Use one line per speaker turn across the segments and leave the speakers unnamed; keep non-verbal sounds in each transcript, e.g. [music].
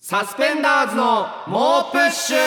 サスペンダーズの猛プッシュ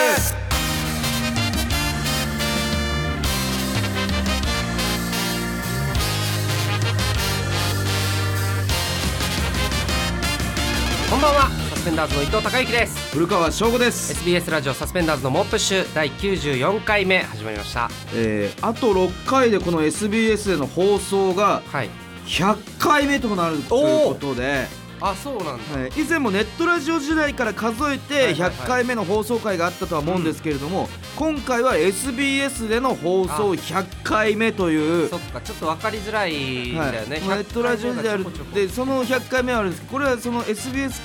こんばんはサスペンダーズの伊藤孝之です
古川翔吾です、
SBS ラジオサスペンダーズの猛プッシュ第94回目始まりました
えー、あと6回でこの SBS での放送が
はい
100回目となるということで、
あそうなんだ
はい以前もネットラジオ時代から数え
はい
て
はいはい
100回目の放送回があったとは思うんですけれども、今回は SBS での放送100回目という
そっかちょっと分かりづらいん
はい
だよね、
まあネットラジオ時代あ
100回
る
目がちょこちょこ
でその100回目はあるんですけどこれはその SBS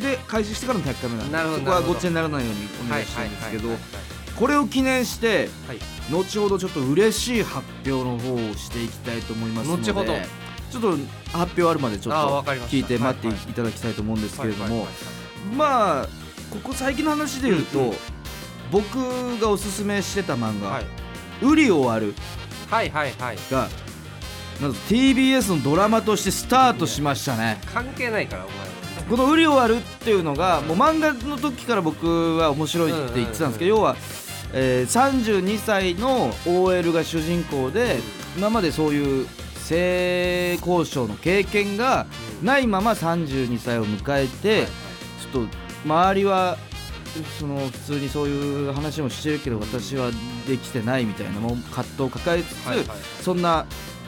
で開始してからの100回目なんで
なるほど
そこは
なるほ
ご
ど
っちゃにならないようにお願いしたいんですけど
はい
これを記念して
はいはい
後ほどちょっと嬉しい発表の方をしていきたいと思いますので
後ほど
ちょっと発表あるまでちょっ
あー
と
わかりました
聞いて待って
はいはい
いただきたいと思うんですけれど
はいはい
も
はい
まあここ最近の話で言うと、
うんうん
僕がおすすめしてた漫画
はい
「ウリを割る
はいはいはい」
がなんと TBS のドラマとしてスタートしましたね
関係ないからお前は
この「ウリを割る」っていうのがもう漫画の時から僕は面白いって言ってたんですけど、
う
要は、えー32歳の OL が主人公で今までそういう性交渉の経験がないまま32歳を迎えて、ちょっと周りはその普通にそういう話もしてるけど私はできてないみたいなもう葛藤を抱えつつ、
はいはいはい
そんな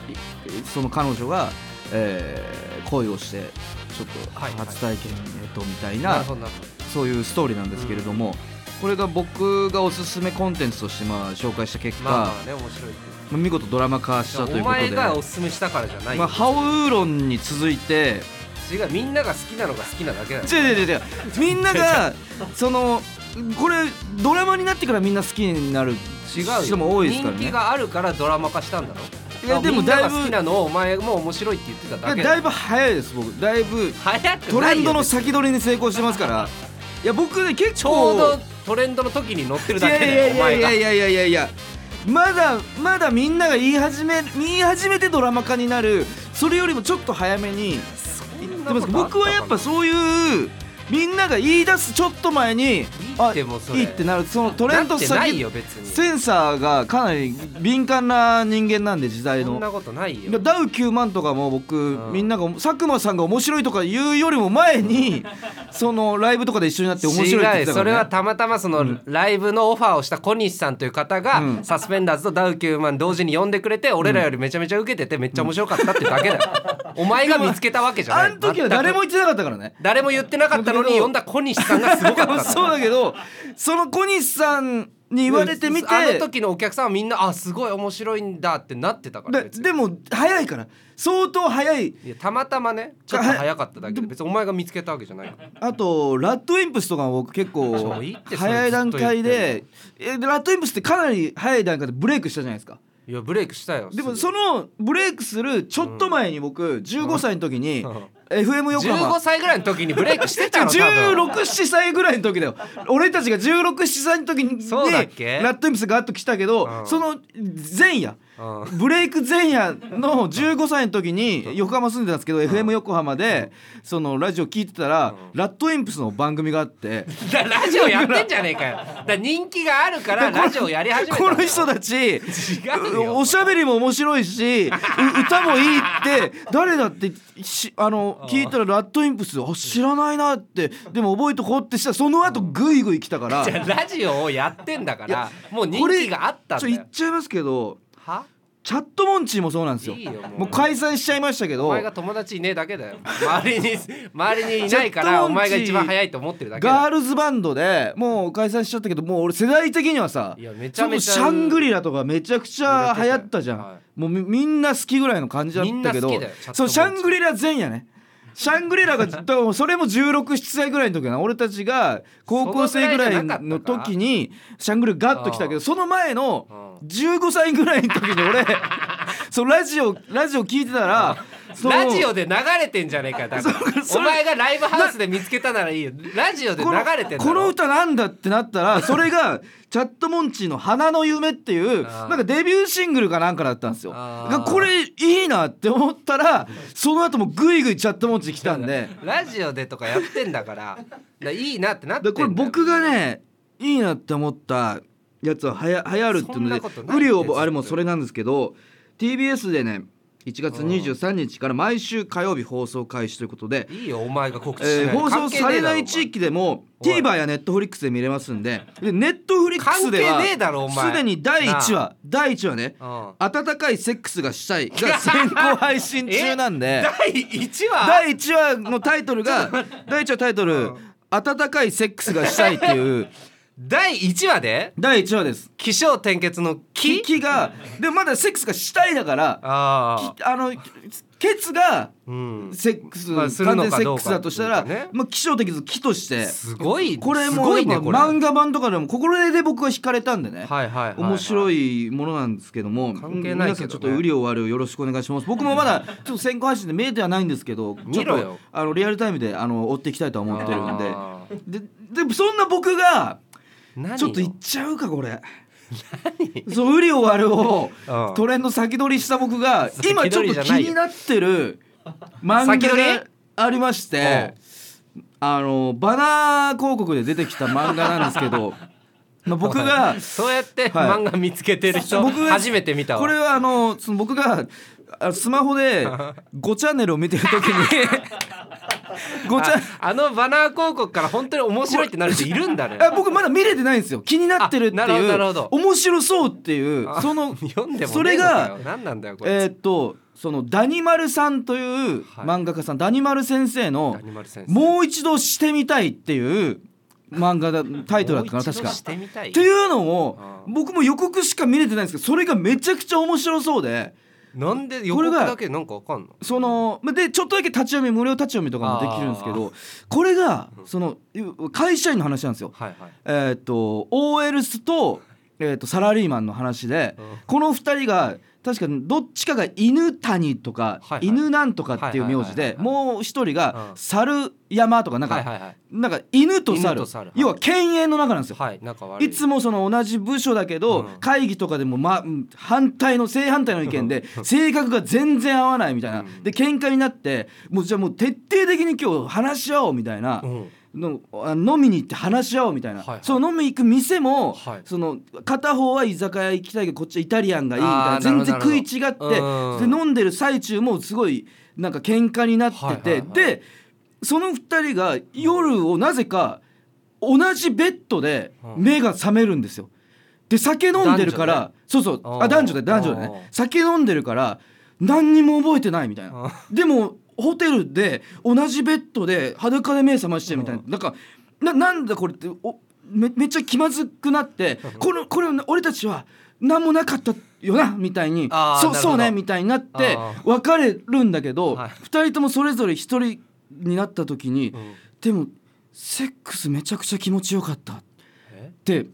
いその彼女が、えー恋をしてちょっと
はいはい
初体験えっとみたい
な
な
るほどなるほど
そういうストーリーなんですけれども、これが僕がおすすめコンテンツとしてまあ紹介した結果、
まあ
ま
まあね面白いっていう
あ見事ドラマ化したという
お
こと
前
で。
がおすすめしたからじゃない
ま
よ、
あ、ハオウーロンに続いて
違うみんなが好きなのが好きなだけだよ
違う違う違う違うみんながそのこれドラマになってからみんな好きになる
違うよ
人も多いですから
人気
ね
があるからドラマ化したんだろ
いやでもだいぶ
みんなが好きなのをお前も面白いって言ってただ
い
け
やだい
ぶ
ぶ早いです僕だいぶ
早く
ト
ないよ
レンドの先取りに成功してますからいや僕ね結
ちょ
構
うどトレンドの時に乗ってる
い
だけ
やい
だ
や
よお
いや
前
い
が
やいやいやいやいやまだまだみんなが言い始め言い始めてドラマ化になるそれよりもちょっと早めに言ってます僕はやっぱそういうみんなが言い出すちょっと前に
いいってもうそれ
いいってなるそのト
ト
レンド
な
先
いよ別に
センサーがかなり敏感な人間なんで時代
そんな
の
ことないよ
ダウ9万とかも僕、
ん
みんなが佐久間さんが面白いとか言うよりも前に [laughs] そのライブとかで一緒になって面白いって言っ
違う
て
よ
た
そ
か
れ
ら、
は
ね、
たまたまそのライブのオファーをした小西さんという方が、
うん
サスペンダーズとダウ9万同時に呼んでくれて、俺らよりめちゃめちゃ受けててめっちゃ面白かったってだけだよ、お前が見つけたわけじゃな
あ
い
の時は誰も
全く
言ってなかったか
[laughs]
らね
誰も言ってなかったの
だけ
に
ど
呼んだ小西さんがすごかったんだ
そうだけどその小西さんに言われてみて
あの時のお客さんはみんなあすごい面白いんだってなってたから
で
別に
でも早いから相当早い
いやたまたまねちょっと早かっただけで別にお前が見つけたわけじゃないよ
あとラッドウィンプスとかも僕結
ち
構
ょいいってそれ
早い段階
ず
でえでラッドウィンプスってかなり早い段階でブレイクしたじゃないですか
いやブレイクしたよ
でも
す
そのブレイクするちょっと前に僕15歳の時に
うん
FM
ぐ
横
15
浜
歳ぐらいの時にブレイクして
[laughs]
たの多分
1617歳ぐらいの時だよ俺たちが1617歳の時に
そうだっ
ラ
け
ッドインプスがガッと来たけ
う
ど
ん
その前夜
うん
ブレイク前夜の15歳の時に横浜住んでたんですけど FM 横浜でそのラジオ聞いてたらラッドインプスの番組があって
だラジオやってんじゃねえかよだから人気があるからラジオやり始めた
こ
んだ
の人たち
違うよ
おしゃべりも面白いしう歌もいいって誰だってしあの聞いたらラッドインプスあ知らないなってでも覚えとこうってしたらその後グイグイ来たから
じゃあラジオをやってんだからもう人気があったん
ち
だ
ょ
よ
言っちゃいますけど
は
チャットモンチーもそうなんですよ
いいよもう
もう解散しちゃいましたけ
お
ど
前が友達いねえだけだよ周りに周りにいないか
ジェッ
ら
ト
お
モンチ
前
ー
が一番早いと思ってるだけだ
ガー
よ
ルズバンドでもう解散しちゃったけどもう俺世代的にはさ
いやめちゃめちゃ
そのシャングリラとかめちゃくちゃ流行ったじゃん、
は
もうみみんな好きぐらいの感じだったけど
みんな好きだよチャットモンチー
そうシャングリラ前夜ねシャングリラがだからそれも1617歳ぐらいの時かな俺たちが高校生ぐらいの時にシャングリラガッと来たけどその前の
うん [laughs]
15歳ぐらいの時に俺そうラジオラジオ聞いてたらそう
ラジオで流れてんじゃねえかだからお前がライブハウスで見つけたならいいよラジオで流
この
れてんだろ
この歌なんだってなっ
[laughs]
たらそれがチャットモンチーの「花の夢」っていう
あー
なんかデビューシングルかなんかだったんですよ
あー
がこれいいなって思ったら
[laughs]
その後もグイグイチャットモンチー来たんで
ラジオでとかやってんだからだからいいなってなってんだ
で
よ
これ僕がねいいなって思ったやつははや流行るっていう
そん
の
な
で
ことない
無理
ずっ
を
と
あれもそれなんですけど TBS でね1月23日から毎週火曜日放送開始ということで
いいよお前が告知しない
えー
で
放送
関係ね
さ
え
れ
だ
な
ろ
い地域でも
おい
TVer や Netflix で見れますんでで Netflix で
関係ねえだろお
は
前
すでに第1話第1話ね
お前うん
「温かいセックスがしたい」が先行配信中なんで
第1話
第1話のタイト
[laughs]
ルが第1話タイトル「温かいセックスがしたい」っていう
第1話で
第1話です。
起承転結の「
き
き」
きがでもまだセックスがしたいだから
ああ
あのケツが
うん
セックス
まあ
完
するの
全
か
セッ
どう
ク
か
スだとしたら
っていうかね
まあ気象的ず気として
すごい
これ
す
も
ご
や
い
っぱ
ねこれ
漫画版とかでもこれで僕は惹かれたんでね、
はいはいはい
面白
い
いものなんですけども
関係ないけどね
皆さんちょっと瓜りを割るよろしくお願いします僕もま
[laughs]
だちょっと先行配信で見えてはないんですけど
見ろよ
ちょっとあのリアルタイムであの追っていきたいとは思ってるんで
あ
ででもそんな僕が
何よ
ちょっといっちゃうかこれそう瓜りを割るを
[laughs] うん
トレンド先取りした僕が
先
今ちょ
取
っ
りじ
と
ゃ
気
ないよ
になってる漫画
先取り
がありましてあのバナー広告で出てきた漫画なんですけ
[laughs]
どまあ僕が
そうやって
はい
漫画見つけてる人
僕が
初めて見たわ
これはあのその僕があスマホで5チャンネルを見てる
[laughs]
時に5チャン
あのバナー広告から本当に面白いってなる人いるんだね
[laughs] あ僕まだ見れてないんですよ気になってるって
あなるほど
い
なるほ
う
ど
面白そうっていう
あ
その
読んでもねえのかよ
それが
何なんだよこれ、
えーっとそのダニマルさんという
はい
漫画家さん、ダニマル先生の
ダニマル先生
もう一度してみたいっていう漫画だタイトルだったかな確
もう一度。
か
してみたい
っていうのを
あー
僕も予告しか見れてないんですけどそれがめちゃくちゃ面白そうで
なんで
これ
横
が
だけなんかわかんの
そのまでちょっとだけ立ち読み無料立ち読みとかもできるんですけどこれがその会社員の話なんですよ。
はいはい
えーっと OL スと,、えーっとサラリーマンの話で、
うん
この2人が確かにどっちかが犬谷とか、
はいはい
犬なんとかっていう名字
はいはい
で
はいはい
もう一人が
うん
猿山とかなんか、
はいはいはい
なんか犬と猿
犬と猿
要は犬猿の中なんですよ。
はい仲悪い
いつもその同じ部署だけど、
うん
会議とかでも、ま、うん反対の正反対の意見で性格が全然合わないみたいな、
うん
で喧嘩になってもうじゃあもう徹底的に今日話し合おうみたいな、
うん
のあ飲みに行って話し合おうみたいな、
はいはい
その飲み行く店も、
はい
その片方は居酒屋行きたいけどこっちはイタリアンがいいみたい
あ
な
ー
全然
なるほ
食
ど
い違って
うん
で飲んでる最中もすごいなんか喧嘩になってて、
はいはいはい
でその2人が夜をなぜか同じベッドで
うん
目が覚めるんですよ。で酒飲んでるから、
男
そうそう
お
あ
う
男女で男女で
おう
ね酒飲んでるから何にも覚えてないみたいな。でもホテルで同じベッドで裸で目覚ましてみたいな、なんかななんだこれっておめめっちゃ気まずくなってこのこれ俺たちは何もなかったよなみたいに
あーな
そう
るほど
そうねみたいになって
あー
別れるんだけど、
はい
二2人ともそれぞれ一人になった時に、
うん
でもセックスめちゃくちゃ気持ちよかったっ
え
て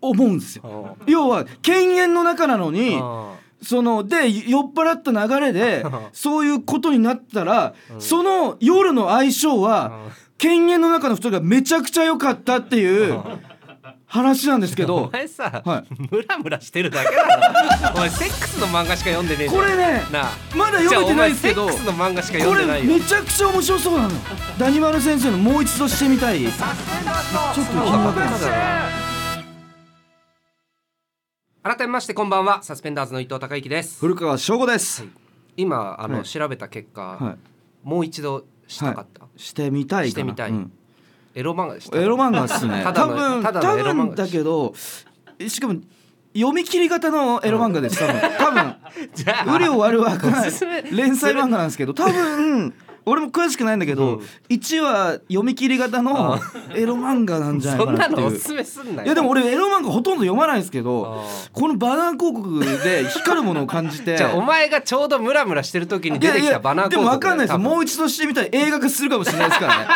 思うんですよ。
あ
要は犬猿の中なのに、
あ
そので酔っ払った流
[laughs]
れでそういうことになったら、
うん
その夜の相性は、犬猿の中の2人がめちゃくちゃ良かったっ
[laughs]
ていう話なんですけ
お [laughs]
ど
前さ、
は
ムラムラしてるだけだろお前セックスの漫画しか読んでねえじゃん
これね
なあ
まだ読めてないですけど
じゃあお前セックスの漫画しか
こ
読んでな
れ
いよ
めちゃくちゃ面白そうなのダニマル先生の「もう一度してみたい」ちょっと気になった
改めましてこんばんはサスペンダーズの伊藤孝之です
古川翔吾です、
今あの、
はい
調べた結果、
は
もう一度したかった、
い、してみたいかな
してみたい
うん
エロ漫画でした
エロ漫画っすね
[laughs] ただ
多
の
分
ただの
多
エロ漫画
分だけどしかも読み切り型のエロ漫画で
[laughs]
す多分多分
じゃあ
無料悪はかな
おすすめ
い連載漫画なんですけど多分俺も詳しくないんだけど、
うん
1話読み切り型のエロ漫画なんじゃない
そ
か
んな
なって
のお
い
す
う。
すめすんなよ
いやでも俺エロ漫画ほとんど読まないんですけど
あ
このバナー広告で光るものを感じて
[laughs] じゃあお前がちょうどムラムラしてる時に出てきたバナー
で
広
も
告だよ
分かんないです
多分
もう一度してみたい映画化するかもしれないですからね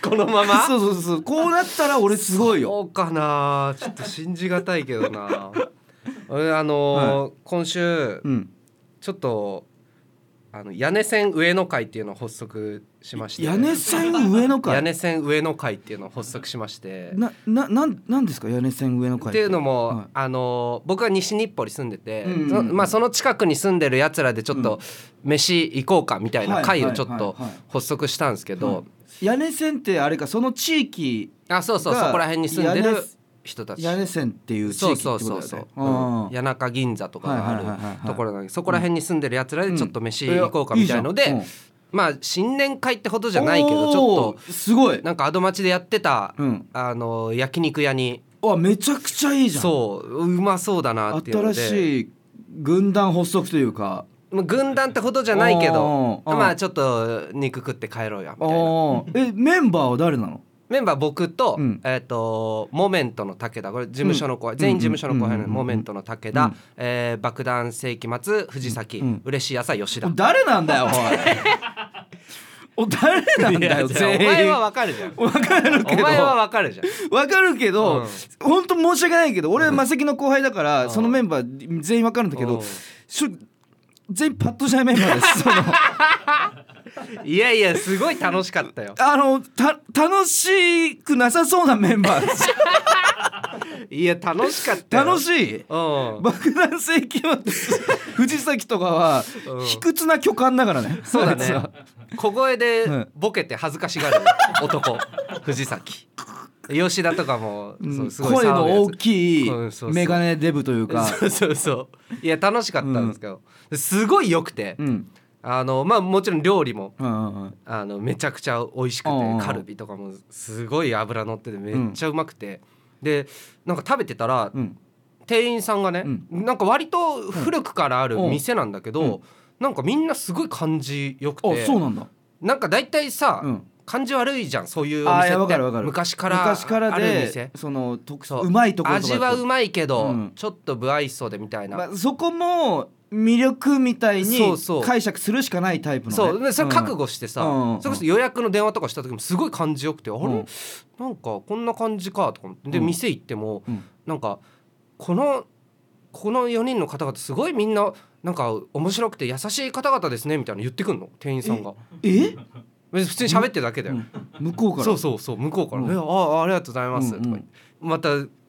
この [laughs] まま
そうそうそうこうなったら俺すごいよ
そうかなちょっと信じがたいけど [laughs] な俺あのー今週
うん
ちょっとあの屋根線上野会っていうのを発足しまして
屋根線上の
屋
会
根線上野会っていうのを発足しまして
なななんなんですか屋根線上の会
っていうのも、
はい
あの僕は西日暮里住んでて、
うん
そまあ、その近くに住んでるやつらでちょっと飯行こうかみたいな会をちょっと
はいはいはい
発足したんですけど、
はい屋根線ってあれかその地域
あそうそうそ
が
こら辺に住んで
屋根
る人たち。
屋根線っていう地
そう
域って
そ
こ
う
とだ
そ
よ
う
ね
そう、う
あ
ん
ー
谷中銀座とかがあ
はいはいはいはいはい
るところなのでそこら辺に住んでるやつらでちょっと飯
うん
行こうかみたいので、
えいいじゃんうん
まあ新年会ってほどじゃないけどちょ
お
っ
ーすごい
となんかアド町でやってた、
うん
あの焼肉屋に
あめちゃくちゃいいじゃん
そううまそうだなっていうの
新
で
しい軍団発足というか
まあ軍団ってほどじゃないけど
おー
ま
う
あ
ん
ちょっと肉食って帰ろうやみたいな
あーえメンバーは誰なの
メンバー僕と,、
うん
えっとモメントの武田これ事務所の後輩、全員事務所の後輩の、
うん
モメントの武田、
うん
えー爆弾世紀末藤崎、
うん
嬉しい朝吉田。
誰な
[laughs]
んだよおいお誰なんだよ
いや
全
お
員
前はわかるじゃん。
わかる
お
けど
前はわかるじゃん。
わかるけど、
うん
本当申し訳ないけど俺マセキの後輩だから、
うん
そのメンバー全員わかるんだけ
う
ど
ん
しょ全員パッとしないメンバーです
[laughs]
その
いやいやすごい楽しかったよ。
あのた楽しくなさそうなメンバーです
いや [laughs] 楽しかったよ。
楽
い。
しい
うん。
爆弾請求
[laughs]
は藤崎とかは
うん
卑屈な巨漢だからね
そうだ
あいつ
ね
は。
小声で
ん
ボケて恥ずかしがる男藤崎。吉田とかも
うん
そうすごい
声の大
い。
きい
うんそうそう
メガネデブというか
そうそうそう。いや楽しかったんですけど、すごい良くて、
うん
あのまあもちろん料理も。
うんうんうん
あのめちゃくちゃ美味しくて
うんうん
カルビとかもすごい脂乗っててめっちゃうまくて、でなんか食べてたら
うん
店員さんがね、
うん
なんか割と古くからある
うん
店なんだけど、
うん
なんかみんなすごい感じよく
あ
て
そうなんだ
なんか大体さ、
うん
感じ悪いじゃんそういうお
あーい
店
やわ
っ
か
て
るわかる
昔から
昔から
ある
で
店
その特
そう
うまいところとか
味はうまいけど、
うん
ちょっと不愛想でみたいな、
まあ、そこも魅力みたいに
そうそう
解釈するしかないタイプの、ね、
そうでそれ覚
悟
悟してさ、
うん
それこそ予約の電話とかした時もすごい感じよくて、あ
う
れ
ん
なんかこんな感じかとか思ってで、
うん
店行っても、
うん
なんかこのこの4人の方々すごいみんななんか面白くて優しい方々ですねみたいなの言ってくんの店員さんが
え、
別に普通に喋ってるだけだ
う
よ、
ん向こうから
そうそうそう向こうから「
うん
えあありがとうございます」とか言って、また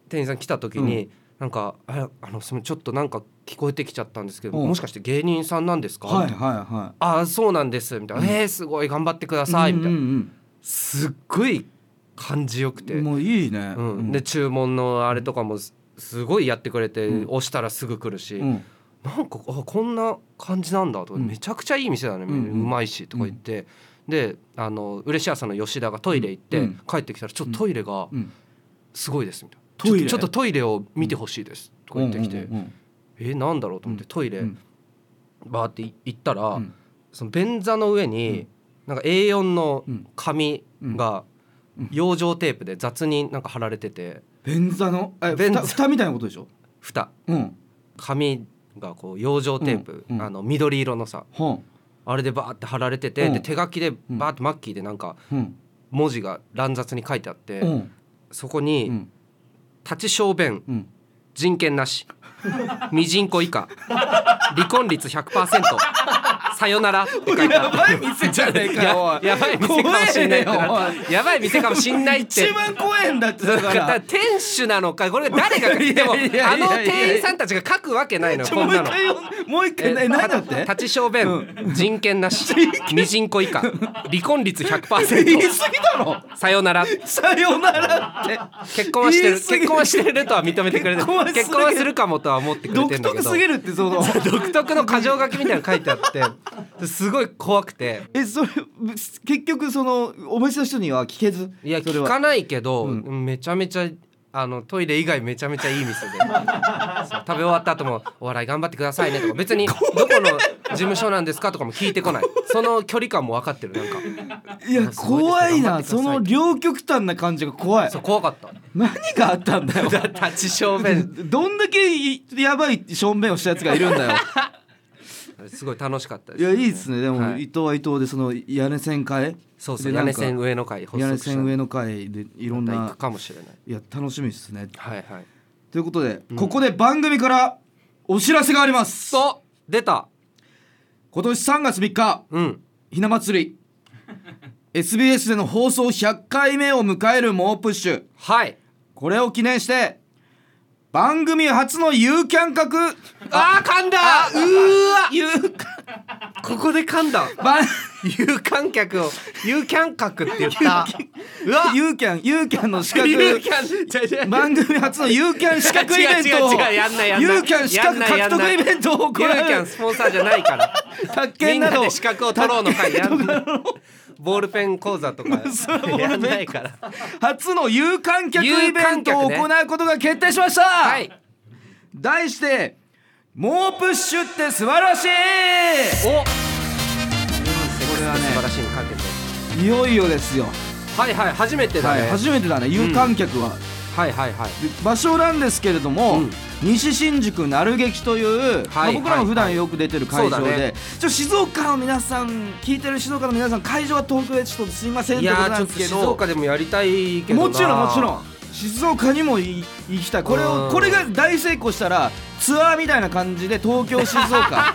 店員さん来た時に、
う
なんか「ああのすみませんちょっとなんか聞こえてきちゃったんですけど、
うん
もしかして芸人さんなんですか?」
は
み
い
たいな
はいは
ああそうなんです」みたいな「えー、すごい頑張ってくだ
い
さい」みたいな、
うんうん
すっごい感じよくて、
うん、もういいね、
うん、で注文のあれとかもすすごいやってくれて、押したらすぐ来るし、
うん
なんかあこんな感じなんだとか、
うん
めちゃくちゃいい店だね、う
うんうん
まいしとか言って、であの嬉しい朝の吉田がトイレ行って、
うん
帰ってきたら「ちょっとトイレが
うん、
すごいです」みたいな「
トイレ
ちょっとちょっとトイレを見てほしいです」とか言ってきて「
うんうん
えなんだろう?」と思ってトイレ、
うん
バーって行ったら、
うん
その便座の上に、なんか A4 の
うん
紙が
うん
養生テープで雑になんか貼られてて
便座のえ
便
便
座
座蓋みたいなことでしょ
蓋
うん
紙がこう養生テープ、
うんうん
あの緑色のさ
は
あれでバーって貼られてて、
うん
で手書きでバーってマッキーでなんか
あうん
文字が乱雑に書いてあって、
うん
そこ
う
に
ん
「立ち小便
うん
人権なし [laughs] 未人子以下離婚率100%さよなら」って書いてある。
ばい店じゃねえかよおい
ややばい店かもしんないってな
怖えよ
やばい店かもしんないって
一番怖えんだってだか
だから [laughs]
ら
店主なのかこれ誰が書いても
いやいやいや
あ
いや
の店員さんたちが書くわけないのよ
ち
こ
ょ
ん
もう
な
一
の。
回よもう一
え
回え何だって
立ち小便、人権なし未人子以下離婚率
言い
100%
過ぎだろ
さよなら
さよならっ
結婚はしてる
言い過ぎ
結婚はしてるとは認めてくれて
結婚はする
結婚はするかもとは思って
て
くれ
独
てんだけ
特
ど
すぎるってその
独特の箇条書きみたいなの書いてあってすごい怖くて
えそれ結局そのお店の人には聞けず
いや
それ
聞
は
かないけど、
う
めちゃめちゃあのトイレ以外めちゃめちゃいい
[laughs]
店でそう食べ終わった後も「お笑い頑張ってくださいね」とか別に「どこの事務所なんですか?」とかも聞いてこないその距離感も分かってるなんか
いや怖いな
すご
そ
いですね
の両極端な感じが怖い
そう怖かった
何があったんだよ
立ち正面
どんだけいやばいしょんべんをしたやつがいるん
[laughs]
だよ
すごい楽しかったで
い
す、
やいいですねでも、
はい
伊藤は伊藤でその屋根線会
そうそう
でな
屋
んか
根線上の会発
屋根
足した
線上の会でいろん
また
な
行くかもしれない
いや楽しみですね
はいはい
ということで、ここで番組からお知らせがあります
そう出た
今年3月3日
うん
ひな祭り SBS での放送100回目を迎える猛プッシュ
はい
これを記念して番組初の有キャン角
あー噛んだうーわここで噛んだ
番
有観客を有キャン角って言ったうわ
有キャン有キャンの資格
有キャン
番組初の有キャン資格イベントを
違う違う違うやんないやんない
有キャン資格獲得イベントを行う
有キャンスポンサーじゃないから
卓
み
研
ん
な
な
ど
で資格を取ろうの会やんないボールペン講座とかやんないから
初の有観客イベントを行うことが決定しました、
はい
題して「猛プッシュって素晴らしい!」
おこ
れ
れ
は
は
ね
ね素晴らしいにかけて
いよいよですよ、
はいはい初めてだ
は
ね
い、初めてだね有観客は、
はいはいはい
で場所なんですけれども、
うん
西新宿鳴劇とい
は
う、
い
まあ、僕らも普
は
段
い
よく出てる会場で、
そうだね
ちょっと静岡の皆さん聞いてる静岡の皆さん会場は東京でちょっとすいませんっ
い
てこ
やー
とな
ちょっ
んで
と
すけ
静
ど
岡でもやりたいけどな
もちろんもちろん静岡にもい行きたいこれ
う
を
ん
これが大成功したらツアーみたいな感じで東京静岡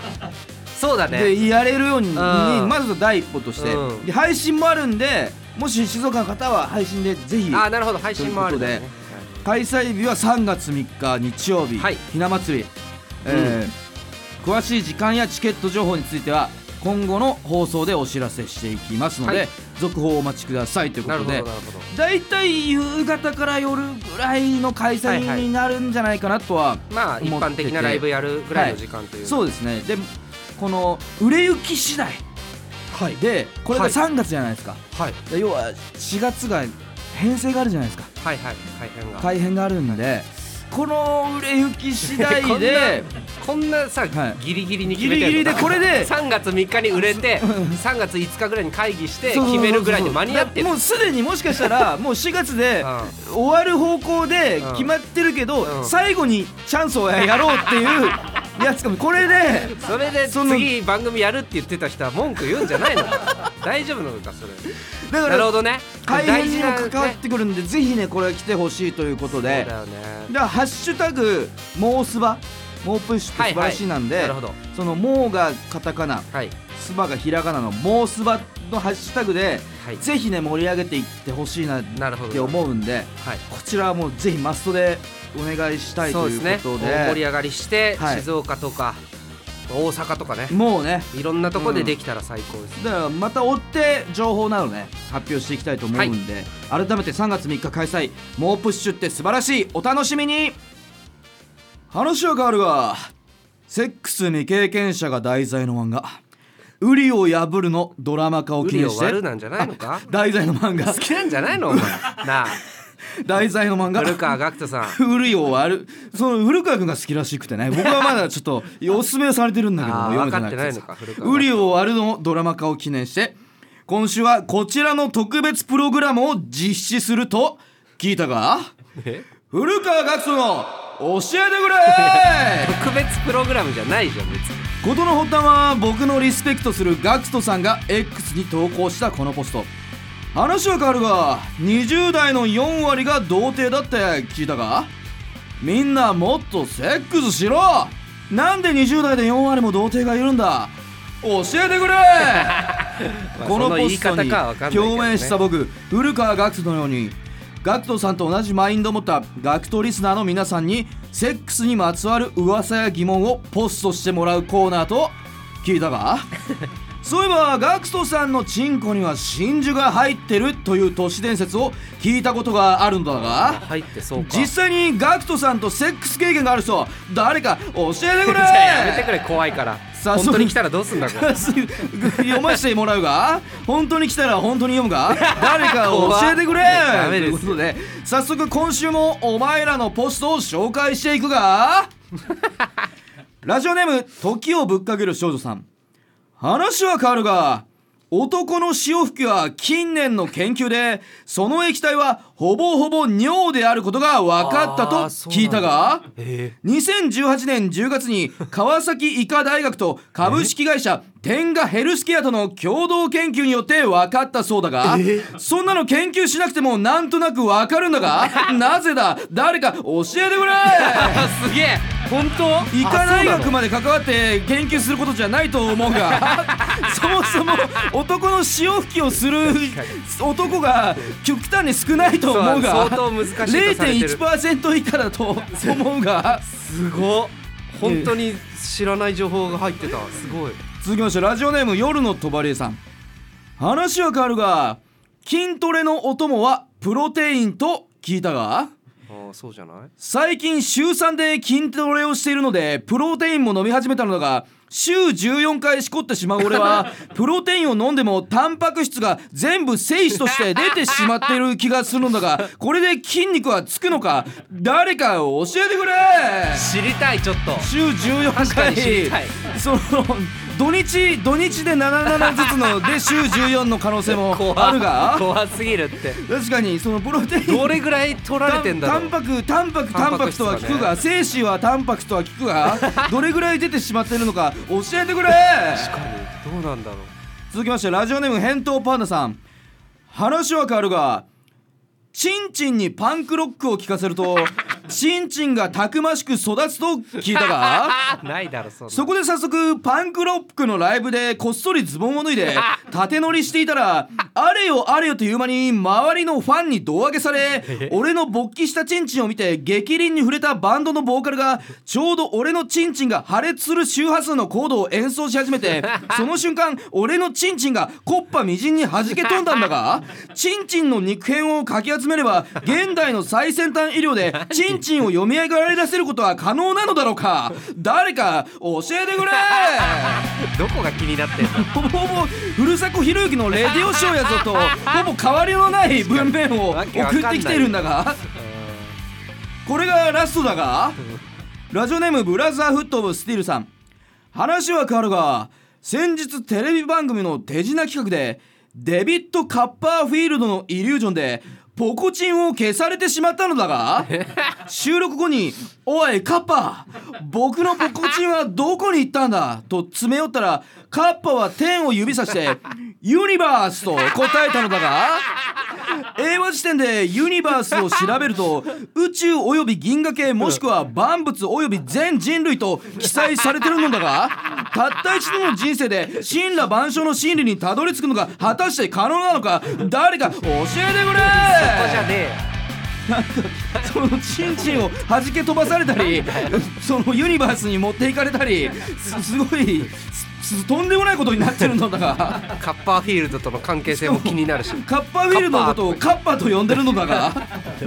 そうだ [laughs] ね
でやれるように,、
うん
まず第一歩として、
うん
で配信もあるんでもし静岡の方は配信でぜひ
あーなるほど配信もあるんだね
という開催日は3月3日日曜日、
はい
ひな祭り、えー詳しい時間やチケット情報については今後の放送でお知らせしていきますので、
はい
続報をお待ちくださいというこ
なる
と
ほどな
で
るほど
だいたい夕方から夜ぐらいの開
はいは
催
い
になるんじゃないかなとは、
まあ一般的なライブやるぐらいの時間という
そうですねでこの売れ行き次第
はい
でこれが
はい
3月じゃないですか、
はい
で要は4月が編成があるじゃないですか
はいはい大変が
大変があるんでこの売れ行き次
[laughs] こ
第
ん
で
なこんなさ、
はい
ギリギリに決めてるの
ギリギリでこれで
3月3日に売れて3月5日ぐらいに会議して
そうそうそうそう
決めるぐらいに間に合ってる
もうすでにもしかし
[laughs]
たらもう4月で
う
終わる方向で決まってるけど、
うん
最後にチャンスをやろうっていうやつかもこれで
[laughs] それで
その
次番組やるって言ってた人は文句言うんじゃないの大丈夫なのかそれ
だ
なる
か
ほ
ら
どね
改変にも
ね
関わってくるんで、ぜひねこれ来てほしいということ
そう
で
だよね
じゃあハッシュタグ「モースバ」「モープッシュ」って素晴らしいなんで、
なるほど
その「モー」がカタカナ
はい
「スバ」がひらがなの「モースバ」のハッシュタグで
はい
ぜひね盛り上げていってほしいなっ
なるほど
て思うんで
はい
こちらはもうぜひマストでお願いしたい
そ
と
う
い
で
う
す
こ
ね
とで
大盛り上がりして、
はい
静岡とか大阪とかね
もうね
いろんなとこでできたら最高です、
だからまた追って情報などね発表していきたいと思うんで、改めて3月3日開催猛プッシュって素晴らしいお楽しみに話は変わるがセックス未経験者が題材の漫画「ウリを破る」のドラマ化を記
海
念
を
し
割る
て
なんじゃないのか
題材の漫画
好きなんじ [laughs] ゃないのお前なあ
題材の漫画
古川学人さん
古いを割るその古川君が好きらしくてね僕はまだちょっとおすすめされてるんだけど
[laughs]
も
あー
読め
分か
てな
っ
い
てないのか古川
ウリを割るのドラマ化を記念して今週はこちらの特別プログラムを実施すると聞いたが
え
古川学人の教えてくれ
[laughs] 特別プログラムじゃないじゃん別に
事の発端は僕のリスペクトするガクトさんが X に投稿したこのポスト話は変わるが20代の4割が童貞だって聞いたがみんなもっとセックスしろなんで20代で4割も童貞がいるんだ教えてくれ
[laughs] まあ
このポ
そ
スト
言い
に
方かは分かんないけどね
共鳴した僕古川学徒のように学徒さんと同じマインドを持った学徒リスナーの皆さんにセックスにまつわる噂や疑問をポストしてもらうコーナーと聞いたがそういえば学徒さんのチンコには真珠が入ってるという都市伝説を聞いたことがあるん
[laughs]
だ
あ
が
入ってそうか
実際に学徒さんとセックス経験がある人誰か教えてく
[laughs] じ
れ
ゃあやめてくれ怖いから
さあ
本当
そう
に来たらどうすんだこれ
[laughs] 読ませてもらうが本当に来たら本当に読むが誰か教えてく
[laughs] 怖
れ
っダメです
ということで早速今週もお前らのポストを紹介してい
[laughs]
くがラジオネーム時をぶっかける少女さん話は変わるが男の潮吹きは近年の研究でその液体はほぼほぼ尿であることが分かったと
あーそうなんだ
聞いたが
え
2018年10月に川崎医科大学と株式会社天下ヘルスケアとの共同研究によって分かったそうだがそんなの研究しなくて
[laughs]
もなんとなく分かるんだがなぜだ誰か教えてくれ
ー、あすげえ本当
医科大
あそうなの
学まで関わって研究することじゃないと思
[laughs]
うがそもそも男の潮吹きをする男が極端に少ないと思う
そう
が
相当難しいとされてる
0.1%以下だと思うが
すごっ本当に知らない情報が入ってたすごい
続きましてラジオネーム夜のとばりえさん話は変わるが筋トレのお供はプロテインと聞いたが
ああそうじゃない
最近週3で筋トレをしているのでプロテインも飲み始めたのだが週14回しこってしまう俺はプロテインを飲んでもタンパク質が全部精子として出てしまっている気がするのだがこれで筋肉はつくのか誰か教えてくれ
知りたいちょっと
週14
確かに知りたい
回その土日土日で77ずつ
[laughs]
ので週14の可能性も
怖
あるが
怖すぎるって
確かにそのプロテイン
どれぐらい取られてんだ
タ
ろ
ン
う
パクタンパクタンパクとは聞くが、精子はタンパクとは聞くがどれぐらい出てしまっているのか教えてくれ
確かにどうなんだろう
続きましてラジオネーム返答パンダさん話は変わるがチンチンにパンクロックを聞かせ
[laughs]
るとチンチンがたくましく育つと聞いたが
あないだろそんな
そこで早速パンクロックのライブでこっそりズボンを脱い [laughs] で縦乗りしていたら [laughs] あれよあれよという間に周りのファンに胴上げされ [laughs] 俺の勃起したチンチンを見て激凛に触れたバンドのボーカルがちょうど俺のチンチンが破裂する周波数のコードを演奏し始め [laughs] てその瞬間俺のチンチンがコッパみじんに弾け飛んだんだがチンチンの肉片をかき集めれば現代の最先端医療でチンチンを読み上げられ出せることは可能なのだろうか誰か教えてくれ
どこが気になってんの
ほぼほぼふるさこひろゆきのレディオショーやぞとほぼ変わりのない文面を送ってきているんだがこれがラストだがラジオネームブラザーフットオブスティールさん話は変わるが先日テレビ番組の手品企画でデビッド・カッパーフィールドのイリュージョンでポコチンを消されてしまったのだが収録後に「おいカッパ僕のポコチンはどこに行ったんだ?」と詰め寄ったらカッパは天を指さして「ユニバース」と答えたのだが英和辞典でユニバースを調べると宇宙および銀河系もしくは万物および全人類と記載されてるのだが
[laughs]
たった一度の人生で神羅万象の真理にたどり着くのが果たして可能なのか誰か教えてくれ
ここじゃね
そのチンチンを弾け飛ばされたりそのユニバースに持っていかれたりすすごいすすとんでもないことになってるのだが
えカッパーフィールドとの関係性も気になるし
カッパウィルドのことをカッパと呼んでるの
[laughs]
だが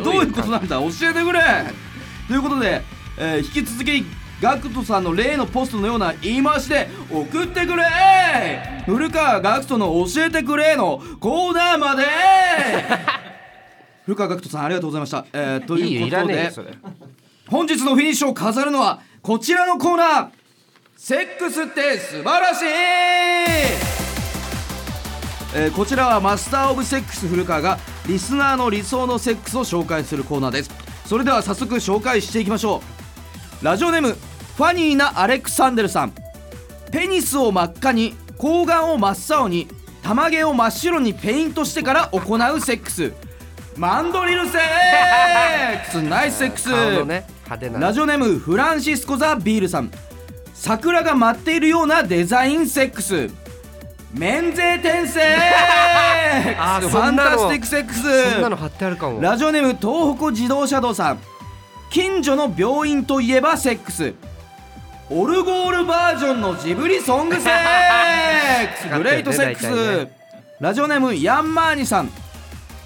どういうことなんだ教えてくれということで、えー引き続きガクトさんの例のポストのような言い回しで送ってくれ古川ガクトの教えてくれのコーナ
[laughs]
ーまで古川ガクトさんありがとうございました、えーと
い
い
いうよ
こ
い
と
ら
で
ねえよそれ
本日のフィニッシュを飾るのはこちらのコーナーセックスって素晴らしい、えーこちらはマスター・オブ・セックス古川がリスナーの理想のセックスを紹介するコーナーですそれでは早速紹介していきましょうラジオネームファニーなアレクサンデルさんペニスを真っ赤に睾丸を真っ青に玉毛を真っ白にペイントしてから行うセックスマンドリルセックスナイスセックス
顔のね派手
ラ
な
ジオネームフランシスコ・ザ・ビールさん桜が舞っているようなデザインセックス免税転生
[laughs] あ
フ
ー
ァ
そ
ン
んな
タ
の
スティックセック
そんなの
ス
貼ってあるかも
ラジオネーム東北自動車道さん近所の病院といえばセックスオルゴールバージョンのジブリソングセック
使
ス
ってるね
グレートセックス、
大体ね
ラジオネームヤンマーニさん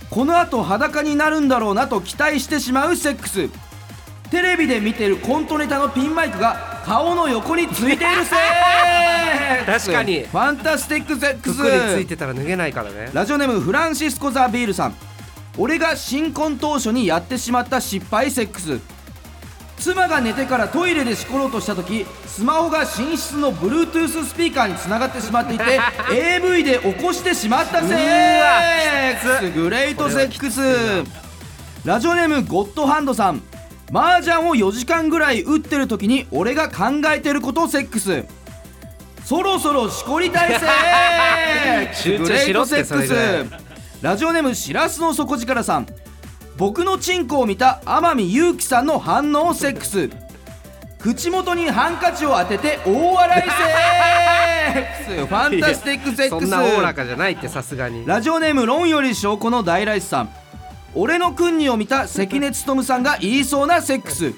この後裸になるんだろうなと期待してしまうセックステレビで見てるコントネタのピンマイクが顔の横についているセックス
確かに
ファンタスティックセックス
服についてたら脱げないからね
ラジオネームフランシスコ・ザ・ビールさん俺が新婚当初にやってしまった失敗セックス妻が寝てからトイレでしころうとした時スマホが寝室の Bluetooth スピーカーにつながってしまっていて AV で起こしてしまったセックスグレートセックスラジオネームゴッドハンドさん麻雀を4時間ぐらい打ってる時に俺が考えてることセックスそろそろしこり体制
[laughs] 集中しろってそれぐらい
ラジオネームしらすの底力さん僕のチンコを見た天海祐希さんの反応セックス口元にハンカチを当てて大笑いセックスファンタスティックセッ
そ
ク
んなおおら
ス
かじゃないってさすがに
ラジオネーム論より証拠の大来さん俺の訓にを見た関根勤さんが言いそうなセックス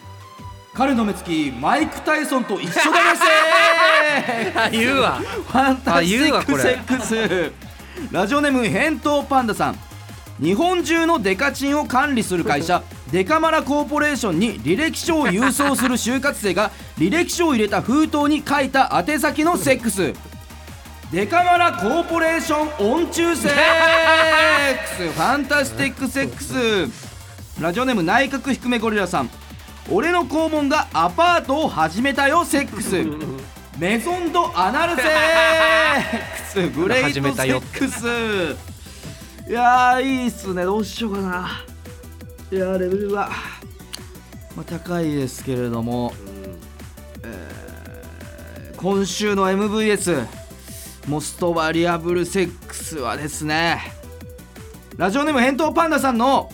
彼の目つきマイク・タイソンと一緒だねセックス
あ言うわ
ファンタスティックセ
あ
ックスラジオネーム返答パンダさん日本中のデカチンを管理する会社 [laughs] デカマラコーポレーションに履歴書を郵送する就活生が履歴書を入れた封筒に書いた宛先のセックスデカマラコーポレーション音中セック [laughs] スファンタスティックセックスラジオネーム内閣低めゴリラさん俺の肛門がアパートを始めたよセッ
[laughs]
クスメゾンドアナルセッ
[laughs]
クスグレートセ
始めたよ
ッ
っ
クスいやーいいっすねどうしようかないやーレベルは、まあ、高いですけれども、えー今週の MVS モストバリアブルセックスはですねラジオネーム返答パンダさんの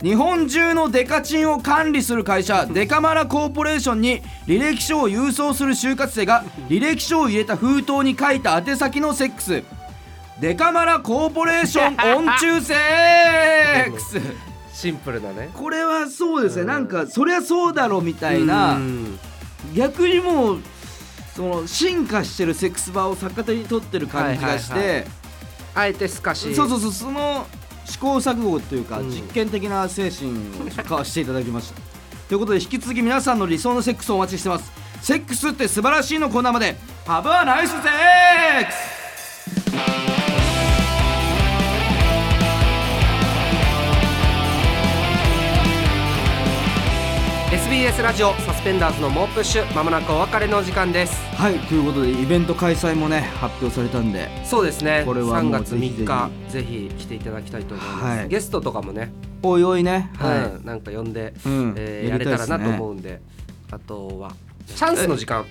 日本中のデカチンを管理する会社デカマラコーポレーションに履歴書を郵送する就活生が履歴書を入れた封筒に書いた宛先のセックスデカマラコーポレーション音中セックス
シンプルだね
[laughs] これはそうですねなんかそりゃそうだろみたいな
うん
逆にもうその進化してるセックスバーを逆手に取ってる感じがして、
はいはいあえてすかし
そうそうそうその試行錯誤というか、
うん
実験的な精神を交わしていただきました [laughs] ということで引き続き皆さんの理想のセックスをお待ちしてますセックスって素晴らしいのコーナーまでハブはナイスセックス
う SBS ラジオサスペンダーズの猛プッシュまもなくお別れの時間です
はいということでイベント開催もね発表されたんで
そうですね
これは
3
もう
月3日ぜひ来ていただきたいと思います、
はい
ゲストとかもね、
おいおいねはい、
うんなんか呼んで、
うん
えーや
や
れ
り
た
たいっすね
らなと思うんであとはチャンスの時間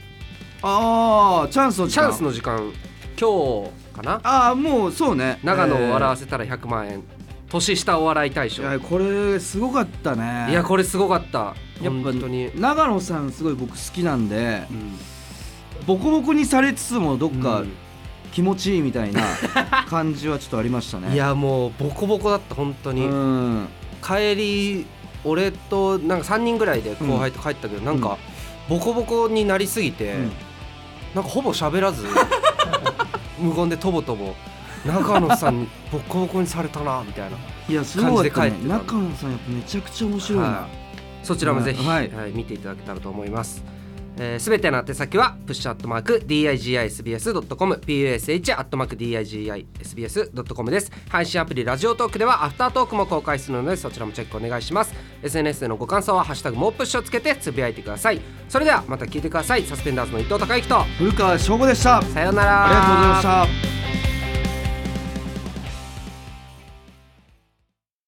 ああチャンスの時
チャ
間
ンスの時間今日かな
ああもうそうね
長野を笑わ
せ
せたら100万円年下お笑い大賞
いやこれすごかったね
いやこれすごかった
やっぱ
本当に、
長野さんすごい僕好きなんで
うん
ボコボコにされつつもどっか
うん
気持ちいいみたいな [laughs] 感じはちょっとありましたね
いやもうボコボコだった本当
う
に、
ん
帰り俺となんか3人ぐらいで後輩と帰ったけど、なんかボコボコになりすぎて、
うん
なんかほぼ喋ら
[laughs]
ず無言でとぼとぼ長野さんにボコボコにされたなみたいな、
いやすごい、ね、
感じで帰ってた
中野さんやっぱめちゃくちゃ面白いな、
はい、そちらもぜひ、
は
はいい見ていただけたらと思いますえーすべ、ての宛先はプッシュアットマーク digisbs.com push アットマーク digisbs.com です配信アプリラジオトークではアフタートークも公開するのでそちらもチェックお願いします SNS でのご感想はハッシュタグもうプッシュをつけてつぶやいてくださいそれではまた聞いてくださいサスペンダーズの伊藤孝之と
古川翔吾でしたあり
さようなら
がとうございました